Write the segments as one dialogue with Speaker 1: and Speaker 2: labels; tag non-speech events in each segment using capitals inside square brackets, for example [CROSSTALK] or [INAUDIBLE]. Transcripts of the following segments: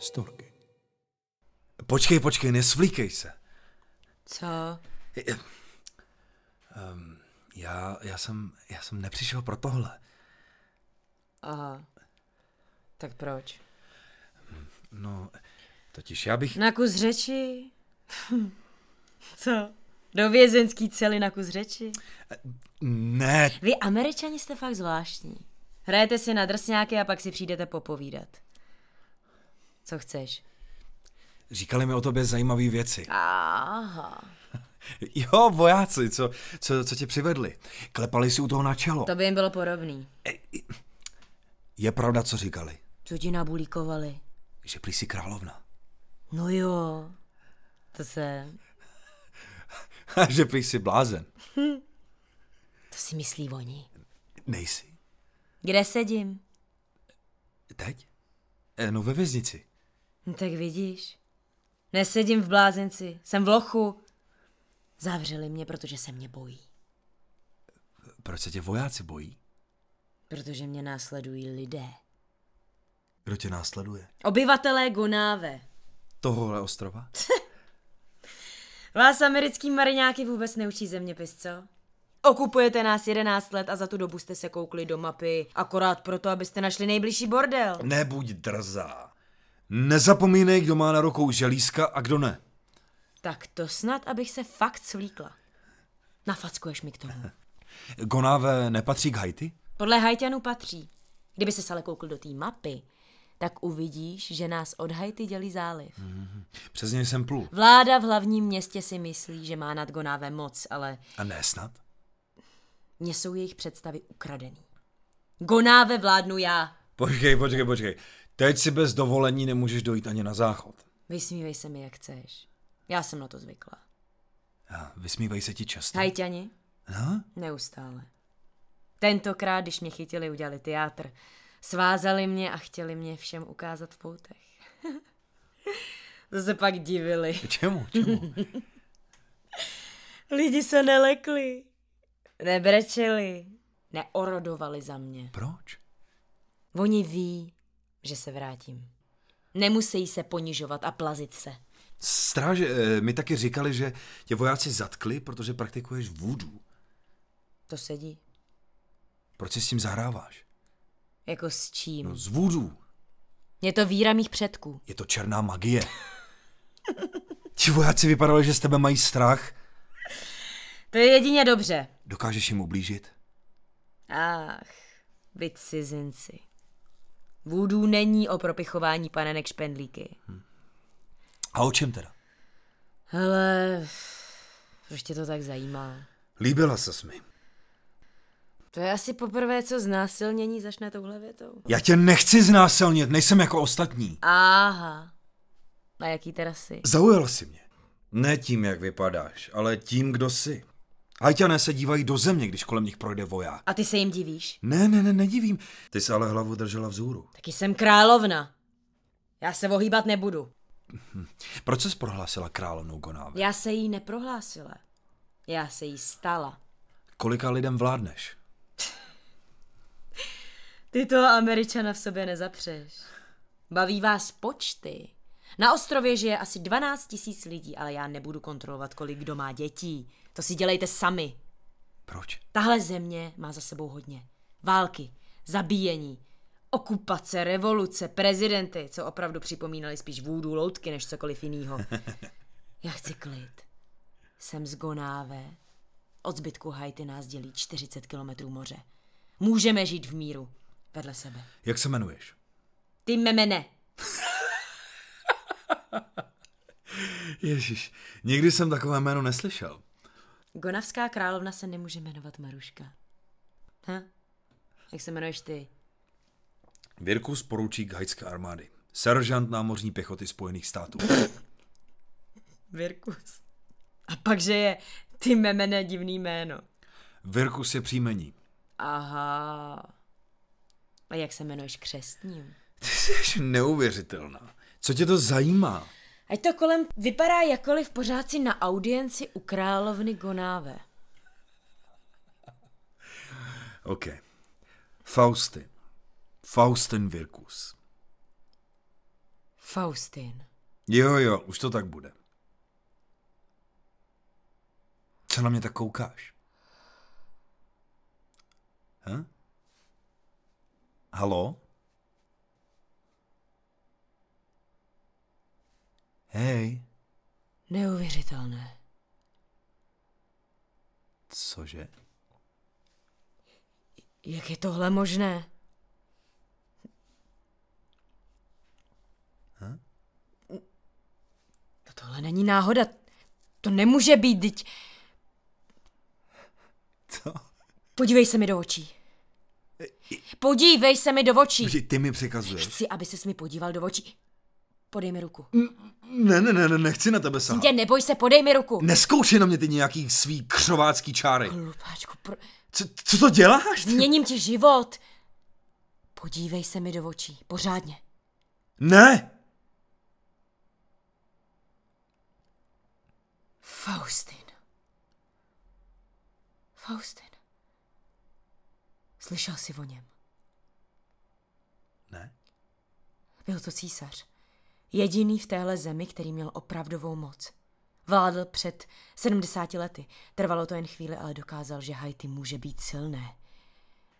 Speaker 1: storky.
Speaker 2: Počkej, počkej, nesvlíkej se.
Speaker 3: Co?
Speaker 2: Um, já, já, jsem, já jsem nepřišel pro tohle.
Speaker 3: Aha. Tak proč?
Speaker 2: No, totiž já bych...
Speaker 3: Na kus řeči? Co? Do vězenský cely na kus řeči?
Speaker 2: Ne,
Speaker 3: Vy američani jste fakt zvláštní. Hrajete si na drsňáky a pak si přijdete popovídat. Co chceš?
Speaker 2: říkali mi o tobě zajímavé věci.
Speaker 3: Aha.
Speaker 2: Jo, vojáci, co, co, co tě přivedli? Klepali si u toho na čelo.
Speaker 3: To by jim bylo podobný.
Speaker 2: Je pravda, co říkali?
Speaker 3: Co ti nabulíkovali?
Speaker 2: Že prý jsi královna. [LAUGHS]
Speaker 3: No jo. To se...
Speaker 2: A že prý jsi blázen.
Speaker 3: To si myslí oni.
Speaker 2: Nejsi.
Speaker 3: Kde sedím?
Speaker 2: Teď? Eh, No ve věznici.
Speaker 3: No tak vidíš. Nesedím v blázenci, jsem v lochu. Zavřeli mě, protože se mě bojí.
Speaker 2: Proč se tě vojáci bojí?
Speaker 3: Protože mě následují lidé.
Speaker 2: Kdo tě následuje?
Speaker 3: Obyvatelé Gonáve.
Speaker 2: Tohohle ostrova?
Speaker 3: Vás americký mariňáky vůbec neučí zeměpis, co? Okupujete nás 11 let a za tu dobu jste se koukli do mapy, akorát proto, abyste našli nejbližší bordel.
Speaker 2: Nebuď drzá. Nezapomínej, kdo má na rukou želízka a kdo ne.
Speaker 3: Tak to snad, abych se fakt svlíkla. Nafackuješ mi k tomu.
Speaker 2: Gonáve nepatří k Haiti?
Speaker 3: Podle Haitianů patří. Kdyby se ale koukl do té mapy, tak uvidíš, že nás od Haiti dělí záliv.
Speaker 2: Přes něj jsem plul.
Speaker 3: Vláda v hlavním městě si myslí, že má nad Gonáve moc, ale
Speaker 2: A ne snad?
Speaker 3: mně jsou jejich představy ukradený. Gonáve vládnu já.
Speaker 2: Počkej, počkej, počkej. Teď si bez dovolení nemůžeš dojít ani na záchod.
Speaker 3: Vysmívej se mi, jak chceš. Já jsem na to zvykla.
Speaker 2: A vysmívají se ti často.
Speaker 3: Haitiani?
Speaker 2: No?
Speaker 3: Neustále. Tentokrát, když mě chytili, udělali teátr. Svázali mě a chtěli mě všem ukázat v poutech. [LAUGHS] to se pak divili.
Speaker 2: Čemu, čemu?
Speaker 3: Lidi se nelekli. Nebrečeli. Neorodovali za mě.
Speaker 2: Proč?
Speaker 3: Oni ví, že se vrátím. Nemusí se ponižovat a plazit se.
Speaker 2: Stráže eh, mi taky říkali, že tě vojáci zatkli, protože praktikuješ vůdu.
Speaker 3: To sedí.
Speaker 2: Proč si s tím zahráváš?
Speaker 3: Jako s čím?
Speaker 2: No, z vůdu.
Speaker 3: Je to víra mých předků.
Speaker 2: Je to černá magie. Ti vojáci vypadali, že z tebe mají strach.
Speaker 3: To je jedině dobře.
Speaker 2: Dokážeš jim ublížit?
Speaker 3: Ach, vy cizinci. Vůdů není o propichování panenek špendlíky.
Speaker 2: A o čem teda?
Speaker 3: Hele, proč tě to tak zajímá?
Speaker 2: Líbila se mi.
Speaker 3: To je asi poprvé, co znásilnění začne touhle větou.
Speaker 2: Já tě nechci znásilnit, nejsem jako ostatní.
Speaker 3: Aha. Na jaký teda jsi?
Speaker 2: Zaujal si mě. Ne tím, jak vypadáš, ale tím, kdo jsi. Hajťané se dívají do země, když kolem nich projde voják.
Speaker 3: A ty se jim divíš?
Speaker 2: Ne, ne, ne, nedivím. Ty jsi ale hlavu držela vzhůru.
Speaker 3: Taky jsem královna. Já se ohýbat nebudu.
Speaker 2: Proč jsi prohlásila královnou Gonáve?
Speaker 3: Já se jí neprohlásila. Já se jí stala.
Speaker 2: Kolika lidem vládneš?
Speaker 3: Ty toho američana v sobě nezapřeš. Baví vás počty. Na ostrově žije asi 12 tisíc lidí, ale já nebudu kontrolovat, kolik kdo má dětí. To si dělejte sami.
Speaker 2: Proč?
Speaker 3: Tahle země má za sebou hodně. Války, zabíjení, okupace, revoluce, prezidenty, co opravdu připomínali spíš vůdu loutky než cokoliv jiného. Já chci klid. Jsem z Gonáve. Od zbytku Haiti nás dělí 40 kilometrů moře. Můžeme žít v míru. Vedle sebe.
Speaker 2: Jak se jmenuješ?
Speaker 3: Ty memene.
Speaker 2: Ježíš, nikdy jsem takové jméno neslyšel.
Speaker 3: Gonavská královna se nemůže jmenovat Maruška. Ha? Jak se jmenuješ ty?
Speaker 2: Virkus poručík hajské armády. Seržant námořní pěchoty Spojených států.
Speaker 3: Virkus. A pak, že je ty memene divný jméno.
Speaker 2: Virkus je příjmení.
Speaker 3: Aha. A jak se jmenuješ křestním?
Speaker 2: Ty jsi neuvěřitelná. Co tě to zajímá?
Speaker 3: Ať to kolem vypadá jakoliv pořád si na audienci u královny Gonáve.
Speaker 2: OK. Faustin. Faustin Virkus.
Speaker 3: Faustin.
Speaker 2: Jo, jo, už to tak bude. Co na mě tak koukáš? Ha? Halo? Hej,
Speaker 3: Neuvěřitelné.
Speaker 2: cože?
Speaker 3: Jak je tohle možné?
Speaker 2: Hm?
Speaker 3: No tohle není náhoda. To nemůže být, teď.
Speaker 2: Co?
Speaker 3: Podívej se mi do očí. Podívej se mi do očí.
Speaker 2: Ty, ty mi překazuješ?
Speaker 3: Chci, aby ses mi podíval do očí. Podej mi ruku.
Speaker 2: Ne, ne, ne, ne, nechci na tebe sám.
Speaker 3: Tě neboj se, podej mi ruku.
Speaker 2: Neskoušej na mě ty nějaký svý křovácký čáry.
Speaker 3: Hlupáčku, pro...
Speaker 2: Co, co to děláš? ty?
Speaker 3: změním ti život. Podívej se mi do očí, pořádně.
Speaker 2: Ne!
Speaker 3: Faustin. Faustin. Slyšel jsi o něm.
Speaker 2: Ne?
Speaker 3: Byl to císař. Jediný v téhle zemi, který měl opravdovou moc. Vládl před 70 lety. Trvalo to jen chvíli, ale dokázal, že Haiti může být silné.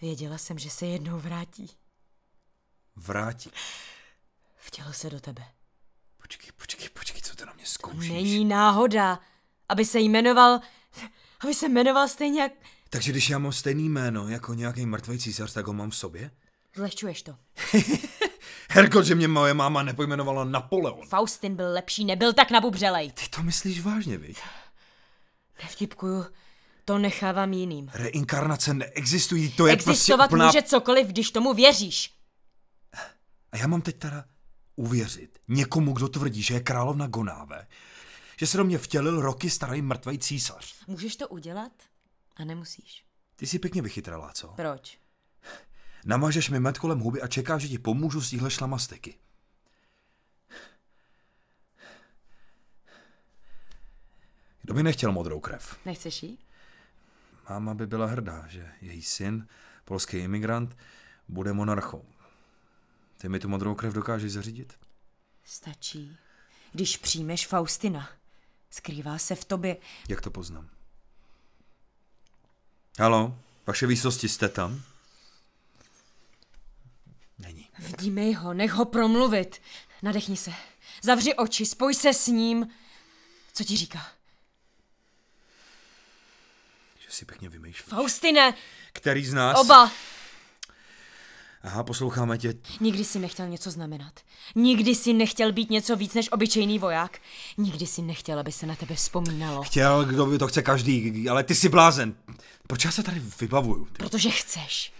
Speaker 3: Věděla jsem, že se jednou vrátí.
Speaker 2: Vrátí.
Speaker 3: Vtěl se do tebe.
Speaker 2: Počkej, počkej, počkej, co ty na mě zkoušíš?
Speaker 3: Není náhoda, aby se jmenoval, aby se jmenoval stejně jak...
Speaker 2: Takže když já mám stejný jméno jako nějaký mrtvý císař, tak ho mám v sobě?
Speaker 3: Zlehčuješ to.
Speaker 2: Herko, že mě moje máma nepojmenovala Napoleon.
Speaker 3: Faustin byl lepší, nebyl tak nabubřelej.
Speaker 2: Ty to myslíš vážně, viď?
Speaker 3: Nevtipkuju, to nechávám jiným.
Speaker 2: Reinkarnace neexistují, to je
Speaker 3: Existovat
Speaker 2: prostě úplná...
Speaker 3: může cokoliv, když tomu věříš.
Speaker 2: A já mám teď teda uvěřit někomu, kdo tvrdí, že je královna Gonáve, že se do mě vtělil roky starý mrtvý císař.
Speaker 3: Můžeš to udělat a nemusíš.
Speaker 2: Ty jsi pěkně vychytrala, co?
Speaker 3: Proč?
Speaker 2: Namažeš mi med kolem huby a čekáš, že ti pomůžu z téhle šlamastiky. Kdo by nechtěl modrou krev?
Speaker 3: Nechceš jí?
Speaker 2: Máma by byla hrdá, že její syn, polský imigrant, bude monarchou. Ty mi tu modrou krev dokážeš zařídit?
Speaker 3: Stačí, když přijmeš Faustina. Skrývá se v tobě.
Speaker 2: Jak to poznám? Halo, vaše výsosti jste tam? Není.
Speaker 3: Vnímej ho, nech ho promluvit. Nadechni se. Zavři oči, spoj se s ním. Co ti říká?
Speaker 2: Že si pěkně vymýšlí.
Speaker 3: Faustine,
Speaker 2: Který z nás?
Speaker 3: oba!
Speaker 2: Aha, posloucháme tě.
Speaker 3: Nikdy si nechtěl něco znamenat. Nikdy si nechtěl být něco víc než obyčejný voják. Nikdy si nechtěl, aby se na tebe vzpomínalo.
Speaker 2: Chtěl, kdo by to chce každý, ale ty jsi blázen. Proč já se tady vybavuju? Ty?
Speaker 3: Protože chceš.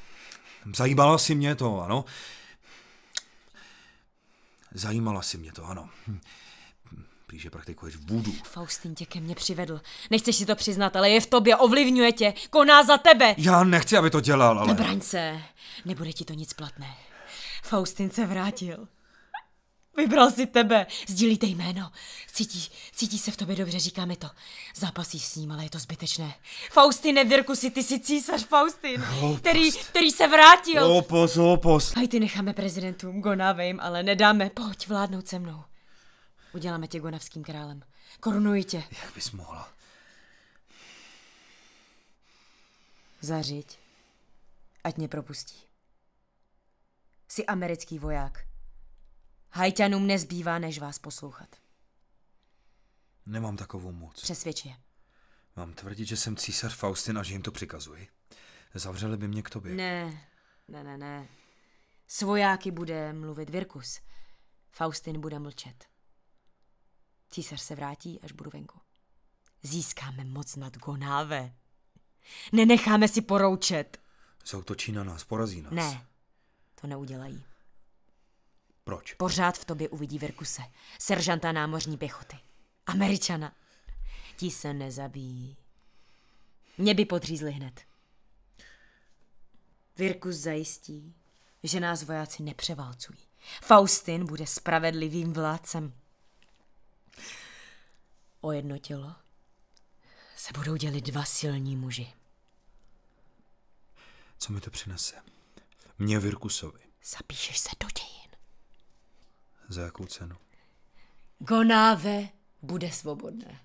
Speaker 2: Zajímala si mě to, ano. Zajímala si mě to, ano. Hm. Blíže praktikuješ vůdu.
Speaker 3: Faustin tě ke mně přivedl. Nechceš si to přiznat, ale je v tobě, ovlivňuje tě, koná za tebe.
Speaker 2: Já nechci, aby to dělal, ale...
Speaker 3: Nebraň se, nebude ti to nic platné. Faustin se vrátil. Vybral si tebe, sdílíte jméno. Cítí, cítí se v tobě dobře, říká mi to. Zápasíš s ním, ale je to zbytečné. Faustine, Virku, si ty si císař Faustin,
Speaker 2: Hloupost.
Speaker 3: který, který se vrátil.
Speaker 2: Opos, opos.
Speaker 3: A ty necháme prezidentům, Gonave jim, ale nedáme. Pojď vládnout se mnou. Uděláme tě gonavským králem. Korunuji tě.
Speaker 2: Jak bys mohla?
Speaker 3: Zařiď. Ať mě propustí. Jsi americký voják. Hajťanům nezbývá, než vás poslouchat.
Speaker 2: Nemám takovou moc.
Speaker 3: Přesvědč je.
Speaker 2: Mám tvrdit, že jsem císař Faustin a že jim to přikazuji. Zavřeli by mě k tobě.
Speaker 3: Ne, ne, ne, ne. S vojáky bude mluvit Virkus. Faustin bude mlčet. Císař se vrátí, až budu venku. Získáme moc nad Gonáve. Nenecháme si poroučet.
Speaker 2: Zautočí na nás, porazí nás.
Speaker 3: Ne, to neudělají.
Speaker 2: Proč?
Speaker 3: Pořád v tobě uvidí Virkuse, seržanta námořní pěchoty. Američana. Ti se nezabíjí. Mě by podřízli hned. Virkus zajistí, že nás vojáci nepřeválcují. Faustin bude spravedlivým vládcem. O jedno tělo se budou dělit dva silní muži.
Speaker 2: Co mi to přinese? Mě Virkusovi.
Speaker 3: Zapíšeš se do dějin.
Speaker 2: Za jakou cenu?
Speaker 3: Gonáve bude svobodné.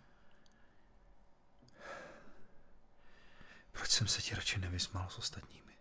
Speaker 2: Proč jsem se ti radši nevysmál s ostatními?